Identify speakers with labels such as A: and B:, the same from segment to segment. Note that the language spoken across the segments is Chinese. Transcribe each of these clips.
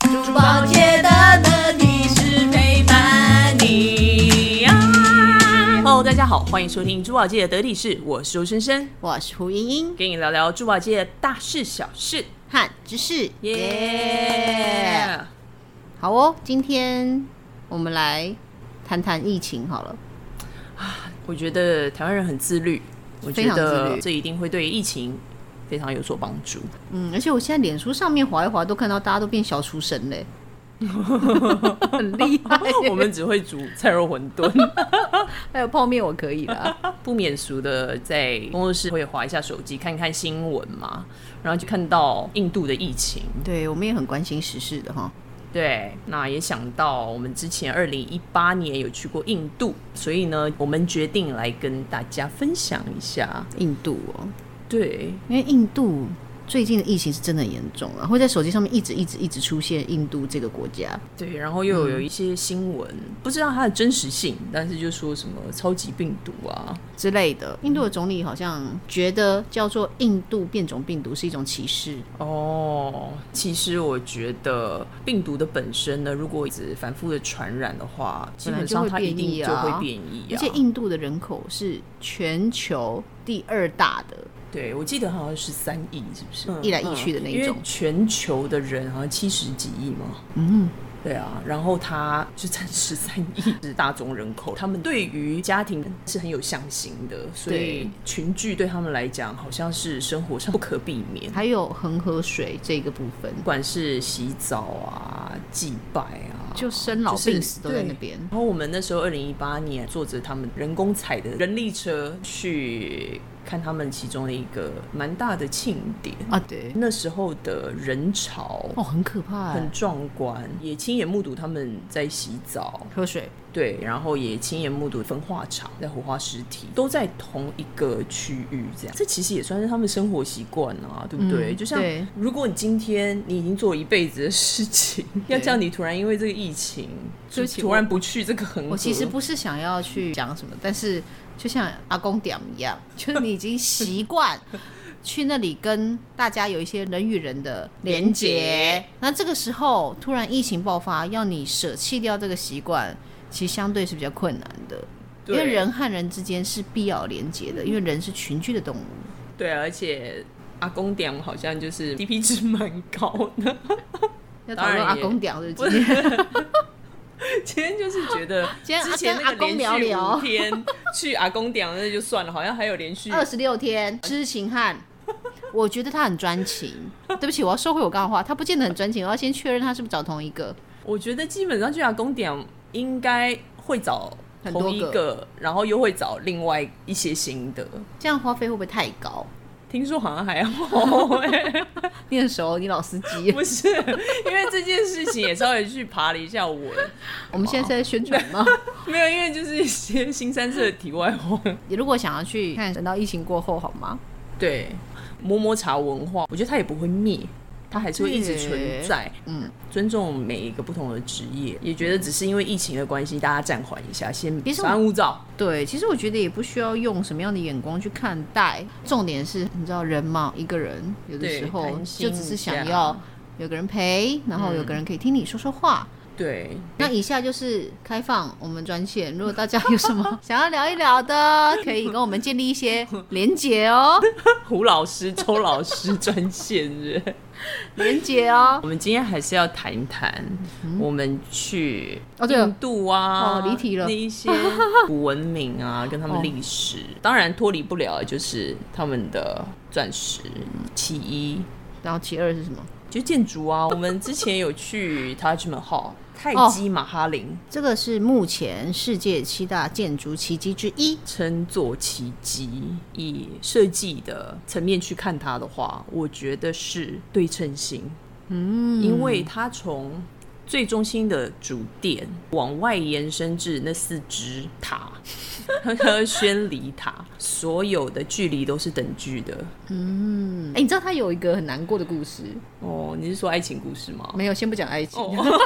A: 珠宝界的乐迪是陪伴你啊！
B: Hello，大家好，欢迎收听珠宝界的得体事，我是周深深，
A: 我是胡莹莹，
B: 跟你聊聊珠宝界的大事小事，
A: 汉之士，
B: 耶、
A: 好哦，今天我们来谈谈疫情好了。
B: 我觉得台湾人很自律，我
A: 非
B: 觉
A: 常自
B: 得
A: 律
B: 这一定会对疫情非常有所帮 助。
A: 嗯，而且我现在脸书上面滑一滑，都看到大家都变小厨 神嘞，很厉害。
B: 我们只会煮菜肉馄饨，
A: 还有泡面，我可以啦。
B: 不免俗的在工作室会划一下手机，看看新闻嘛，然后就看到印度的疫情，
A: 对，我们也很关心时事的哈。
B: 对，那也想到我们之前二零一八年有去过印度，所以呢，我们决定来跟大家分享一下。
A: 印度哦，
B: 对，
A: 因为印度最近的疫情是真的很严重啊，会在手机上面一直一直一直出现印度这个国家。
B: 对，然后又有一些新闻，不知道它的真实性，但是就说什么超级病毒啊，
A: 之类的。印度的总理好像觉得叫做印度变种病毒是一种歧视，
B: 哦，其实我觉得病毒的本身呢，如果一直反复的传染的话，基
A: 本来
B: 本
A: 就会
B: 上它一
A: 变异
B: 定
A: 啊
B: 就会变异
A: 而
B: 啊。
A: 且印度的人口是全球第二大的，
B: 对，我记得好像是三亿，是不是？嗯
A: 一来一去的那一
B: 因为
A: 种
B: 全球的人好像七十几亿嘛。嗯。对啊，然后它就占十三亿是大众人口，他们对于家庭是很有向心的，所以
A: 对
B: 群聚对他们来讲好像是生活上不可避免，
A: 还有恒河水这个部分，
B: 不管是洗澡啊、祭拜啊，
A: 就生老
B: 就是
A: 病死都在
B: 对
A: 那边。
B: 然后我们那时候二零一八年坐着他们人工采的人力车去看他们其中的一个蛮大的庆典，
A: 啊，对，
B: 那时候的人潮
A: 哦，很可怕、
B: 很
A: 欸，
B: 壮观，也亲眼目睹他们在洗澡，
A: 喝水。
B: 对，然后也亲眼目睹焚化厂在火化尸体，都在同一个区域，这样这其实也算是他们生活习惯啊，对不对？
A: 嗯
B: 就像
A: 对
B: 如果你今天你已经做了一辈子的事情， 要
A: 对
B: 叫你突然因为这个疫情，
A: 对
B: 就
A: 不起
B: 突然不去这个很，
A: 我其实不是想要去讲什么，但是 就像阿公点一样， 就是你已经习惯去那里跟大家有一些人与人的连
B: 连
A: 接。那这个时候突然疫情爆发，要你舍弃掉这个习惯，其实相对是比较困难的。因
B: 对嗯
A: 为人和人之间是必要有连接的，因为人是群居的动物。
B: 对啊，而且阿公点好像就是 CP 值蛮高的。
A: 要讨
B: 当
A: 论阿
B: 然也
A: 公屌对不对？
B: 今天就是觉得，
A: 今天
B: 之前
A: 跟
B: 那
A: 阿公
B: 个
A: 聊
B: 连续
A: 聊
B: 五天去阿公点那就算了，好像还有连续
A: 二十六天痴情汉，我觉得他很专情。对不起，我要收回我刚刚的话，他不见得很专情，我要先确认他是不是找同一个。
B: 我觉得基本上去阿公点应该会找
A: 很多
B: 同一
A: 个
B: 个，然后又会找另外一些新的。
A: 这样花费会不会太高？
B: 听说好像还好、欸，
A: 你很熟，你老司机。
B: 不是因为这件事情也稍微去爬了一下文，
A: 我们现在是在宣传吗？
B: 没有，因为就是一些新三色的题外话。
A: 你如果想要去看，等到疫情过后好吗？
B: 对，摸摸茶文化，我觉得它也不会灭，它还是会一直存在。
A: 嗯，
B: 尊重每一个不同的职业，也觉得只是因为疫情的关系，大家暂缓一下，先
A: 别说
B: 稍安勿躁。
A: 对，其实我觉得也不需要用什么样的眼光去看待，重点是你知道人嘛，一个人有的
B: 对
A: 时候
B: 贪心
A: 就只是
B: 一
A: 想
B: 下
A: 要有个人陪，然后有个人可以听你说说话。
B: 对，
A: 那以下就是开放我们专线，如果大家有什么想要聊一聊的，可以跟我们建立一些连结哦，
B: 胡老师、周老师专线日，
A: 连结 哦。
B: 我们今天还是要谈一谈我们去
A: 嗯哦对了
B: 印度啊，
A: 哦离题了哦
B: 那一些古文明啊，跟他们历史，当然脱离不了就是他们的钻石其一。
A: 然后其二是什么？
B: 就建筑啊，我们之前有去 Taj Mahal 泰姬玛哈林，
A: 这个是目前世界七大建筑奇迹之一。
B: 称作奇迹。以设计的层面去看它的话，我觉得是对称性。嗯，因为它从最中心的主殿往外延伸至那四只塔， 和宣礼塔，所有的距离都是等距的。
A: 嗯，哎、你知道它有一个很难过的故事？
B: 哦，你是说爱情故事吗？
A: 没有，先不讲爱 情，
B: 哦，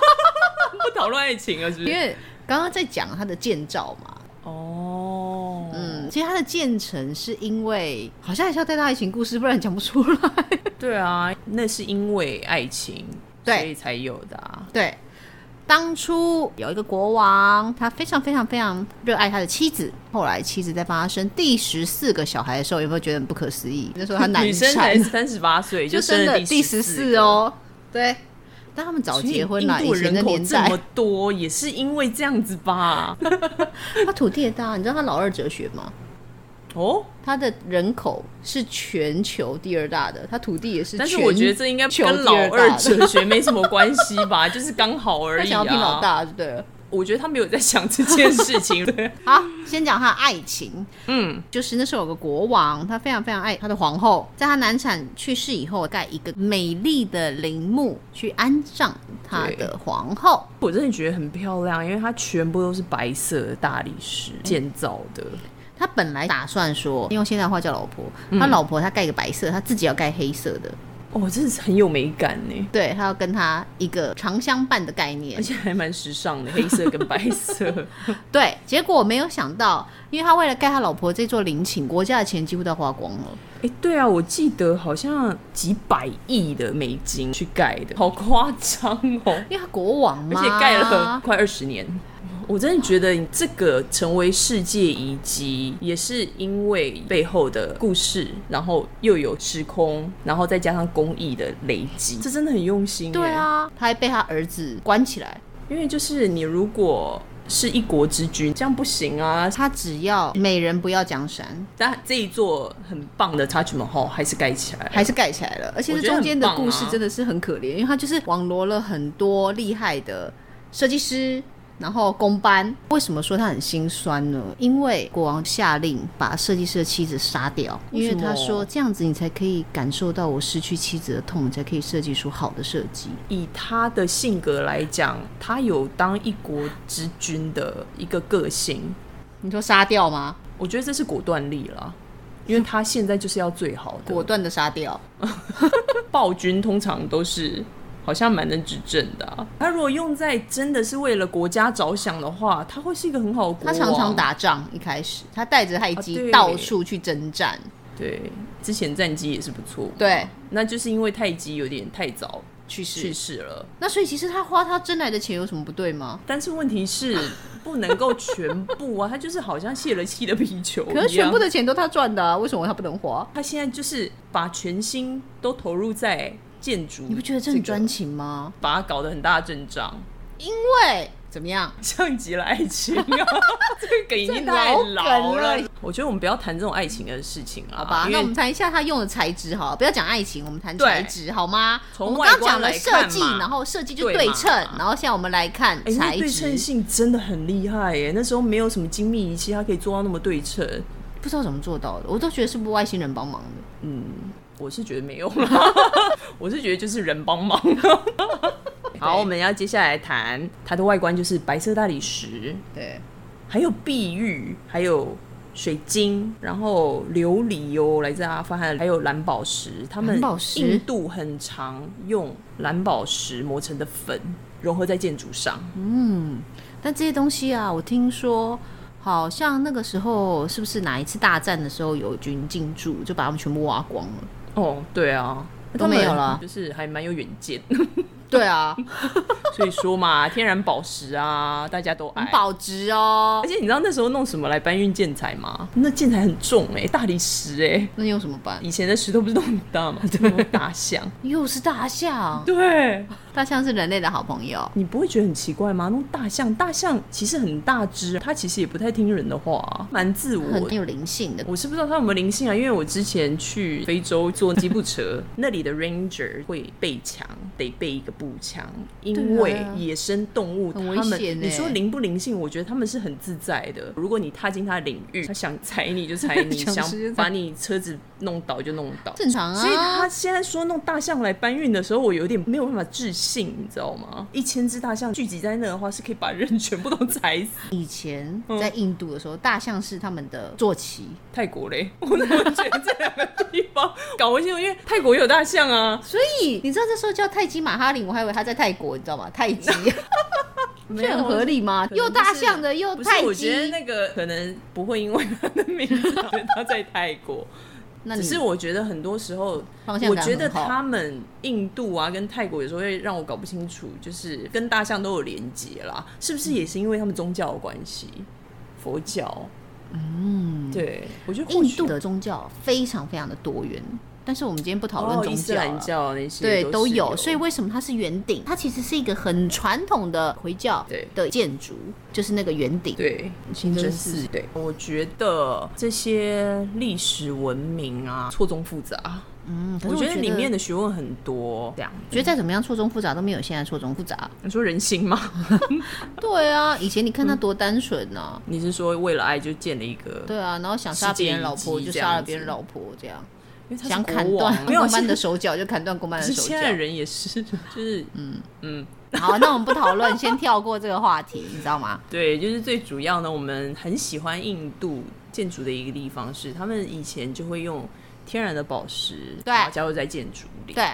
B: 不讨论爱情了，是不
A: 因
B: 是？
A: 为刚刚在讲它的建造嘛。
B: 哦，
A: 嗯，其实它的建成是因为 好像还是要带到爱情故事，不然讲不出来。
B: 对啊，那是因为爱情所
A: 对
B: 以才有的啊。
A: 对，当初有一个国王，他非常非常非常热爱他的妻子，后来妻子在帮他生第十四个小孩的时候，有没有觉得很不可思议？那时候他难
B: 女生才
A: 产，
B: 三十八岁
A: 就
B: 生
A: 生
B: 了
A: 了第十
B: 14
A: 四
B: 个。
A: 哦。对，但他们早
B: 所以
A: 结婚了，
B: 印度
A: 以前的
B: 人口
A: 年
B: 这
A: 代
B: 么，多，也是因为这样子 吧？
A: 他土地也大。你知道他老二哲学吗？
B: 哦，
A: 他的人口是全球第二大的，他土地也是全。
B: 但是我觉得这应该
A: 全球
B: 跟老
A: 第二
B: 二
A: 大的
B: 哲学没什么关系吧， 就是刚好而
A: 他
B: 已
A: 想要拼老
B: 啊。
A: 大就对了。
B: 我觉得他没有在想这件事 情。对，
A: 好，先讲他的爱情，
B: 嗯，
A: 就是那时候有个国王，他非常非常爱他的皇后，在他难产去世以后，盖一个美丽的陵墓去安葬他的皇后。
B: 我真的觉得很漂亮，因为它全部都是白色的大理石建造的。
A: 他本来打算说，用现代话叫老婆，
B: 嗯
A: 他老婆他盖一个白色，他自己要盖黑色的，
B: 哦，真的是很有美感呢，
A: 对他要跟他一个长相伴的概
B: 而
A: 念。
B: 且还蛮时尚的，黑色跟白色。
A: 对，结果没有想到，因为他为了盖他老婆这座陵寝，国家的钱几乎都花光了。
B: 哎、对啊，我记得好像几百亿的美金去盖的， 好夸张哦！
A: 因为他国王
B: 而
A: 嘛，啊
B: 且盖了快二十年，我真的觉得你这个成为世界遗迹，也是因为背后的故事，然后又有时空，然后再加上工艺的累积，这真的很用心。
A: 对，啊，他还被他儿子关起来。
B: 因为就是你如果是一国之君，这样不行啊。
A: 他只要每人不要江山，
B: 但这一座很棒的 Taj Mahal 还是盖起来了。
A: 还是盖起来了。而且
B: 我
A: 这
B: 觉得
A: 中间的
B: 很棒啊
A: 故事真的是很可怜，因为他就是网罗了很多厉害的设计师。然后工班为什么说他很心酸呢？因为国王下令把设计师的妻子杀掉，
B: 为
A: 因
B: 什
A: 为
B: 么
A: 他说这样子你才可以感受到我失去妻子的痛，你才可以设计出好的设计。
B: 以他的性格来讲，他有当一国之君的一个个性，
A: 你说杀掉吗？
B: 我觉得这是果断力啦。因为他现在就是要最好的，
A: 果断的杀掉。
B: 暴君通常都是好像蛮能执政的、啊。他如果用在真的是为了国家着想的话，他会是一个很好的国
A: 他
B: 王。
A: 常常打仗，一开始他带着害
B: 啊
A: 姬
B: 对
A: 到处去征战。
B: 对，之前战绩也是不错。
A: 对，
B: 那就是因为太极有点太早
A: 去世
B: 去世了。
A: 那所以其实他花他挣来的钱有什么不对吗？
B: 但是问题是不能够全部啊，他就是好像泄了气的皮球一
A: 可
B: 样。嗯
A: 是全部的钱都他赚的、啊，为什么他不能花？
B: 他现在就是把全心都投入在建筑，
A: 你不觉得这很专情吗？
B: 把它搞得很大的阵仗，
A: 对，怎么样？
B: 像极了爱情 啊！这个梗已经太老
A: 这老梗
B: 了。我觉得我们不要谈这种爱情的事情了，好
A: 好吧，那我们
B: 啊因
A: 谈一下他用的材质好了，不要讲爱情，我们谈
B: 对
A: 材质好吗？
B: 从
A: 我们刚
B: 外
A: 刚
B: 观
A: 讲
B: 来
A: 了设计
B: 看嘛，
A: 然后设计就
B: 对
A: 对
B: 嘛啊
A: 称，然后现在我们来看
B: 为哎，那
A: 材
B: 对称
A: 质，
B: 性真的很厉害耶！那时候没有什么精密仪器，它可以做到那么对称。
A: 不知道怎么做到的，我都觉得是不是外星人帮忙的。
B: 我是觉得没有 了，我是觉得就是人帮忙。好，
A: 对
B: 我们要接下来谈它的外观，就是白色大理石，
A: 对，
B: 还有碧玉，还有水晶，然后琉璃哦，来自阿富汗，还有蓝宝石。他们
A: 蓝宝石
B: 印度很常用蓝宝石磨成的粉融合在建筑上。
A: 但这些东西啊，我听说好像那个时候是不是哪一次大战的时候有军进驻，就把他们全部挖光了？
B: 哦，对啊，
A: 都没有了
B: 他们就是还蛮有远见。
A: 对啊，
B: 所以说嘛，天然宝石啊，大家都爱
A: 很。保值哦
B: 而。且你知道那时候弄什么来搬运建材吗？那建材很重哎、大理石哎、
A: 那用什么办？
B: 以前的石头不是都很大吗？ 对，大 象。
A: 又是大象，
B: 对，
A: 大象是人类的好朋友。
B: 你不会觉得很奇怪吗？那种大象，大象其实很大只，它其实也不太听人的话，蛮自我
A: 很
B: 的。
A: 有灵性的。
B: 我是不知道它有没有灵性啊，因为我之前去非洲坐吉普车，那里的 ranger 会背枪，得背一个步枪，因
A: 对
B: 为
A: 啊
B: 野生动物它
A: 很危
B: 们，
A: 险欸
B: 你说灵不灵性？我觉得他们是很自在的。如果你踏进它的领域，它想踩你就踩你，
A: 想
B: 想
A: 直接踩
B: 把你车子弄倒就弄倒。
A: 正常啊，
B: 所以他现在说弄大象来搬运的时候，我有点没有办法置信，你知道吗？一千只大象聚集在那的话，是可以把人全部都踩死。
A: 以前在印度的时候，大象是他们的坐骑，
B: 泰国嘞，我怎么觉得这两个地方搞不清楚？因为泰国也有大象啊，
A: 所以你知道这时候叫泰姬玛哈林，我还以为他在泰国，你知道吗？泰 姬，这很合理吗？
B: 能
A: 又大象的又
B: 不是，
A: 泰
B: 我觉得
A: 姬，
B: 那个可能不会因为他的名字，他在泰国。
A: 那
B: 只
A: 你
B: 是我觉得很多时候，
A: 方向
B: 我
A: 感
B: 觉得
A: 很好
B: 他们印度啊跟泰国有时候会让我搞不清楚，就是跟大象都有连结啦，是不是也是因为他们宗教的关系？佛教，嗯，对，我觉得或
A: 印
B: 许哦
A: 度的宗教非常非常的多元，但是我们今天不讨论
B: 哦，
A: 宗
B: 伊斯
A: 教啊、
B: 兰教那些
A: 对，
B: 都
A: 都
B: 是
A: 有。所以为什么它是圆顶？它其实是一个很传统的回教
B: 对
A: 的建筑，就是那个圆顶。
B: 对，
A: 清真
B: 真
A: 寺
B: 寺对，我觉得这些历史文明啊错综复杂，
A: 嗯，可是
B: 我
A: 我
B: 觉得里面的学问很多。这样，
A: 觉得再怎么样错综复杂都没有现在错综复杂。
B: 你说人心吗？
A: 对啊，以前你看它多单纯呢、
B: 你是说为了爱就建了一个？
A: 对啊，然后想杀别人老婆就杀了别人老婆，这样
B: 因为他
A: 想
B: 是
A: 砍
B: 国王啊
A: 断
B: 没有
A: 公班
B: 现
A: 的手脚就砍断公班
B: 可
A: 的
B: 是
A: 手脚
B: 现。在人也是， 就是嗯嗯，
A: 好，那我们不讨论，先跳过这个话题，你知 道吗？
B: 对，就是最主要呢，我们很喜欢印度建筑的一个地方是，他们以前就会用天然的宝石，
A: 对
B: 然后加入在建筑里。
A: 对，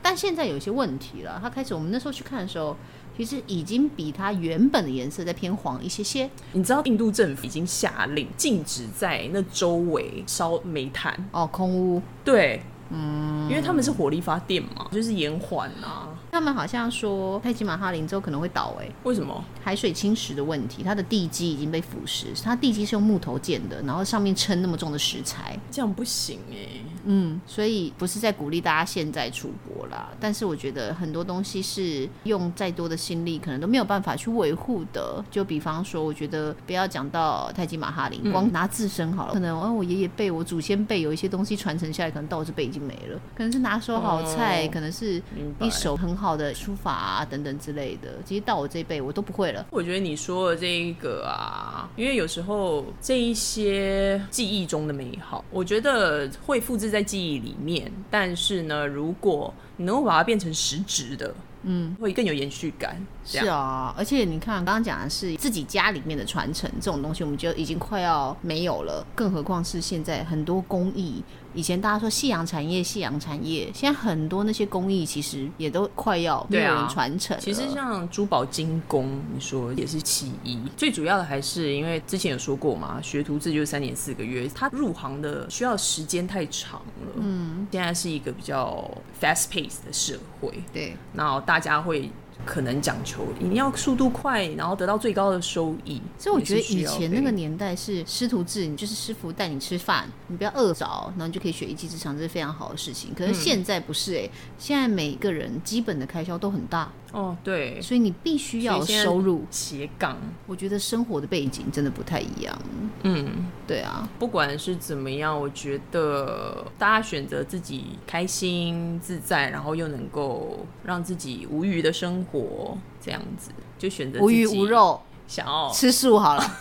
A: 但现在有一些问题了。它开始我们那时候去看的时候，其实已经比它原本的颜色再偏黄一些些。
B: 你知道印度政府已经下令禁止在那周围烧煤炭，
A: 哦，空屋，
B: 对，嗯，因为他们是火力发电嘛，就是延缓啊。
A: 他们好像说泰姬玛哈林州可能会倒、欸，
B: 为什么？
A: 海水侵蚀的问题，它的地基已经被腐蚀，它地基是用木头建的，然后上面撑那么重的石材，
B: 这样不行哎、
A: 嗯，所以不是在鼓励大家现在出国啦，但是我觉得很多东西是用再多的心力，可能都没有办法去维护的。就比方说，我觉得不要讲到泰姬玛哈林，光拿自身好了，可能哦，我爷爷辈、我祖先辈有一些东西传承下来，可能到我这辈已经没了，可能是拿手好菜，
B: 哦
A: 可能是
B: 明白
A: 一手很好的书法啊等等之类的，其实到我这一辈我都不会了。
B: 我觉得你说的这一个啊，因为有时候这一些记忆中的美好，我觉得会复制在记忆里面，但是呢，如果你能够把它变成实质的，嗯，会更有延续感。这
A: 是
B: 样
A: 啊，而且你看，刚刚讲的是自己家里面的传承这种东西，我们就已经快要没有了，更何况是现在很多工艺。以前大家说夕阳产业，夕阳产业，现在很多那些工艺其实也都快要没
B: 对啊
A: 有人传承了、
B: 其实像珠宝精工，你说也是其一，最主要的还是因为之前有说过嘛，学徒制就是三年四个月，他入行的需要时间太长了。嗯，现在是一个比较 fast pace 的社会，
A: 对，
B: 那大家会可能讲求你要速度快，然后得到最高的收益。
A: 所以我觉得
B: 也是需
A: 以
B: 要
A: 前那个
B: 被
A: 年代是师徒制，你就是师傅带你吃饭，你不要饿着，然后你就可以学一技之长，这是非常好的事
B: 嗯
A: 情。可是现在不是哎、现在每个人基本的开销都很大，
B: 哦，对，
A: 所以你必须要有
B: 所以现在
A: 收入。
B: 斜杠，
A: 我觉得生活的背景真的不太一样。
B: 嗯，
A: 对啊，
B: 不管是怎么样，我觉得呃大家选择自己开心自在，然后又能够让自己无余的生活，这样子就选择
A: 无
B: 自
A: 鱼
B: 己哦
A: 无，肉，
B: 想要
A: 吃素好了。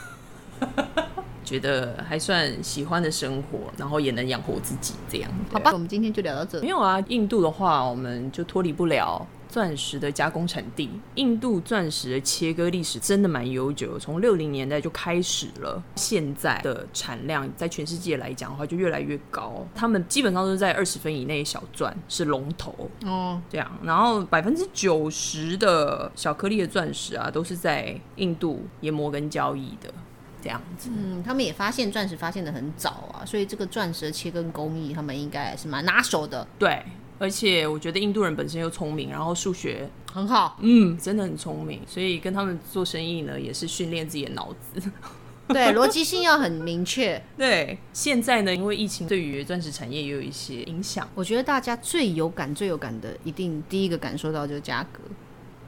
B: 觉得还算喜欢的生活，然后也能养活自己，这样
A: 好
B: 对
A: 吧，我们今天就聊到这
B: 没。有啊，印度的话，我们就脱离不了钻石的加工产地。印度钻石的切割历史真的蛮悠久的，从六零年代就开始了，现在的产量在全世界来讲的话，就越来越高。他们基本上都是在二十分以内小钻是龙头，
A: 哦，
B: 这样，然后百分之九十的小颗粒的钻石啊，都是在印度研磨跟交易的，这样子。
A: 嗯，他们也发现钻石发现的很早啊，所以这个钻石的切割工艺，他们应该是蛮拿手的，
B: 对，而且我觉得印度人本身又聪明，然后数学
A: 很 好。
B: 嗯，真的很聪明，所以跟他们做生意呢，也是训练自己的脑子。
A: 对，逻辑性要很明确。
B: 对，现在呢，因为疫情对于钻石产业也有一些影响，
A: 我觉得大家最有感、最有感的，一定第一个感受到就是价格。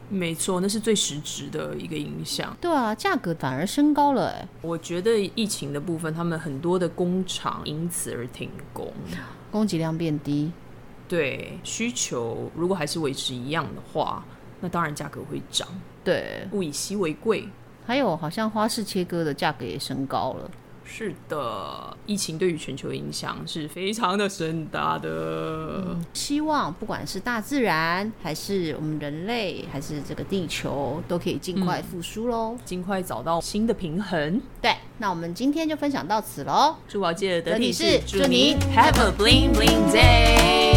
B: 没错，那是最实质的一个影响。
A: 对啊，价格反而升高了、欸，
B: 我觉得疫情的部分，他们很多的工厂因此而停工。
A: 供给量变低。
B: 对，需求如果还是维持一样的话，那当然价格会涨。
A: 对，
B: 物以稀为贵，
A: 还有好像花式切割的价格也升高了。
B: 是的，疫情对于全球的影响是非常的深大的。
A: 希望不管是大自然，还是我们人类，还是这个地球，都可以尽快复苏喽。
B: 尽快找到新的平衡。
A: 对，那我们今天就分享到此喽。
B: 珠宝界的得
A: 得
B: 体
A: 体
B: 是
A: 是
B: 祝
A: 祝
B: 你
A: 你
B: Have a bling bling day。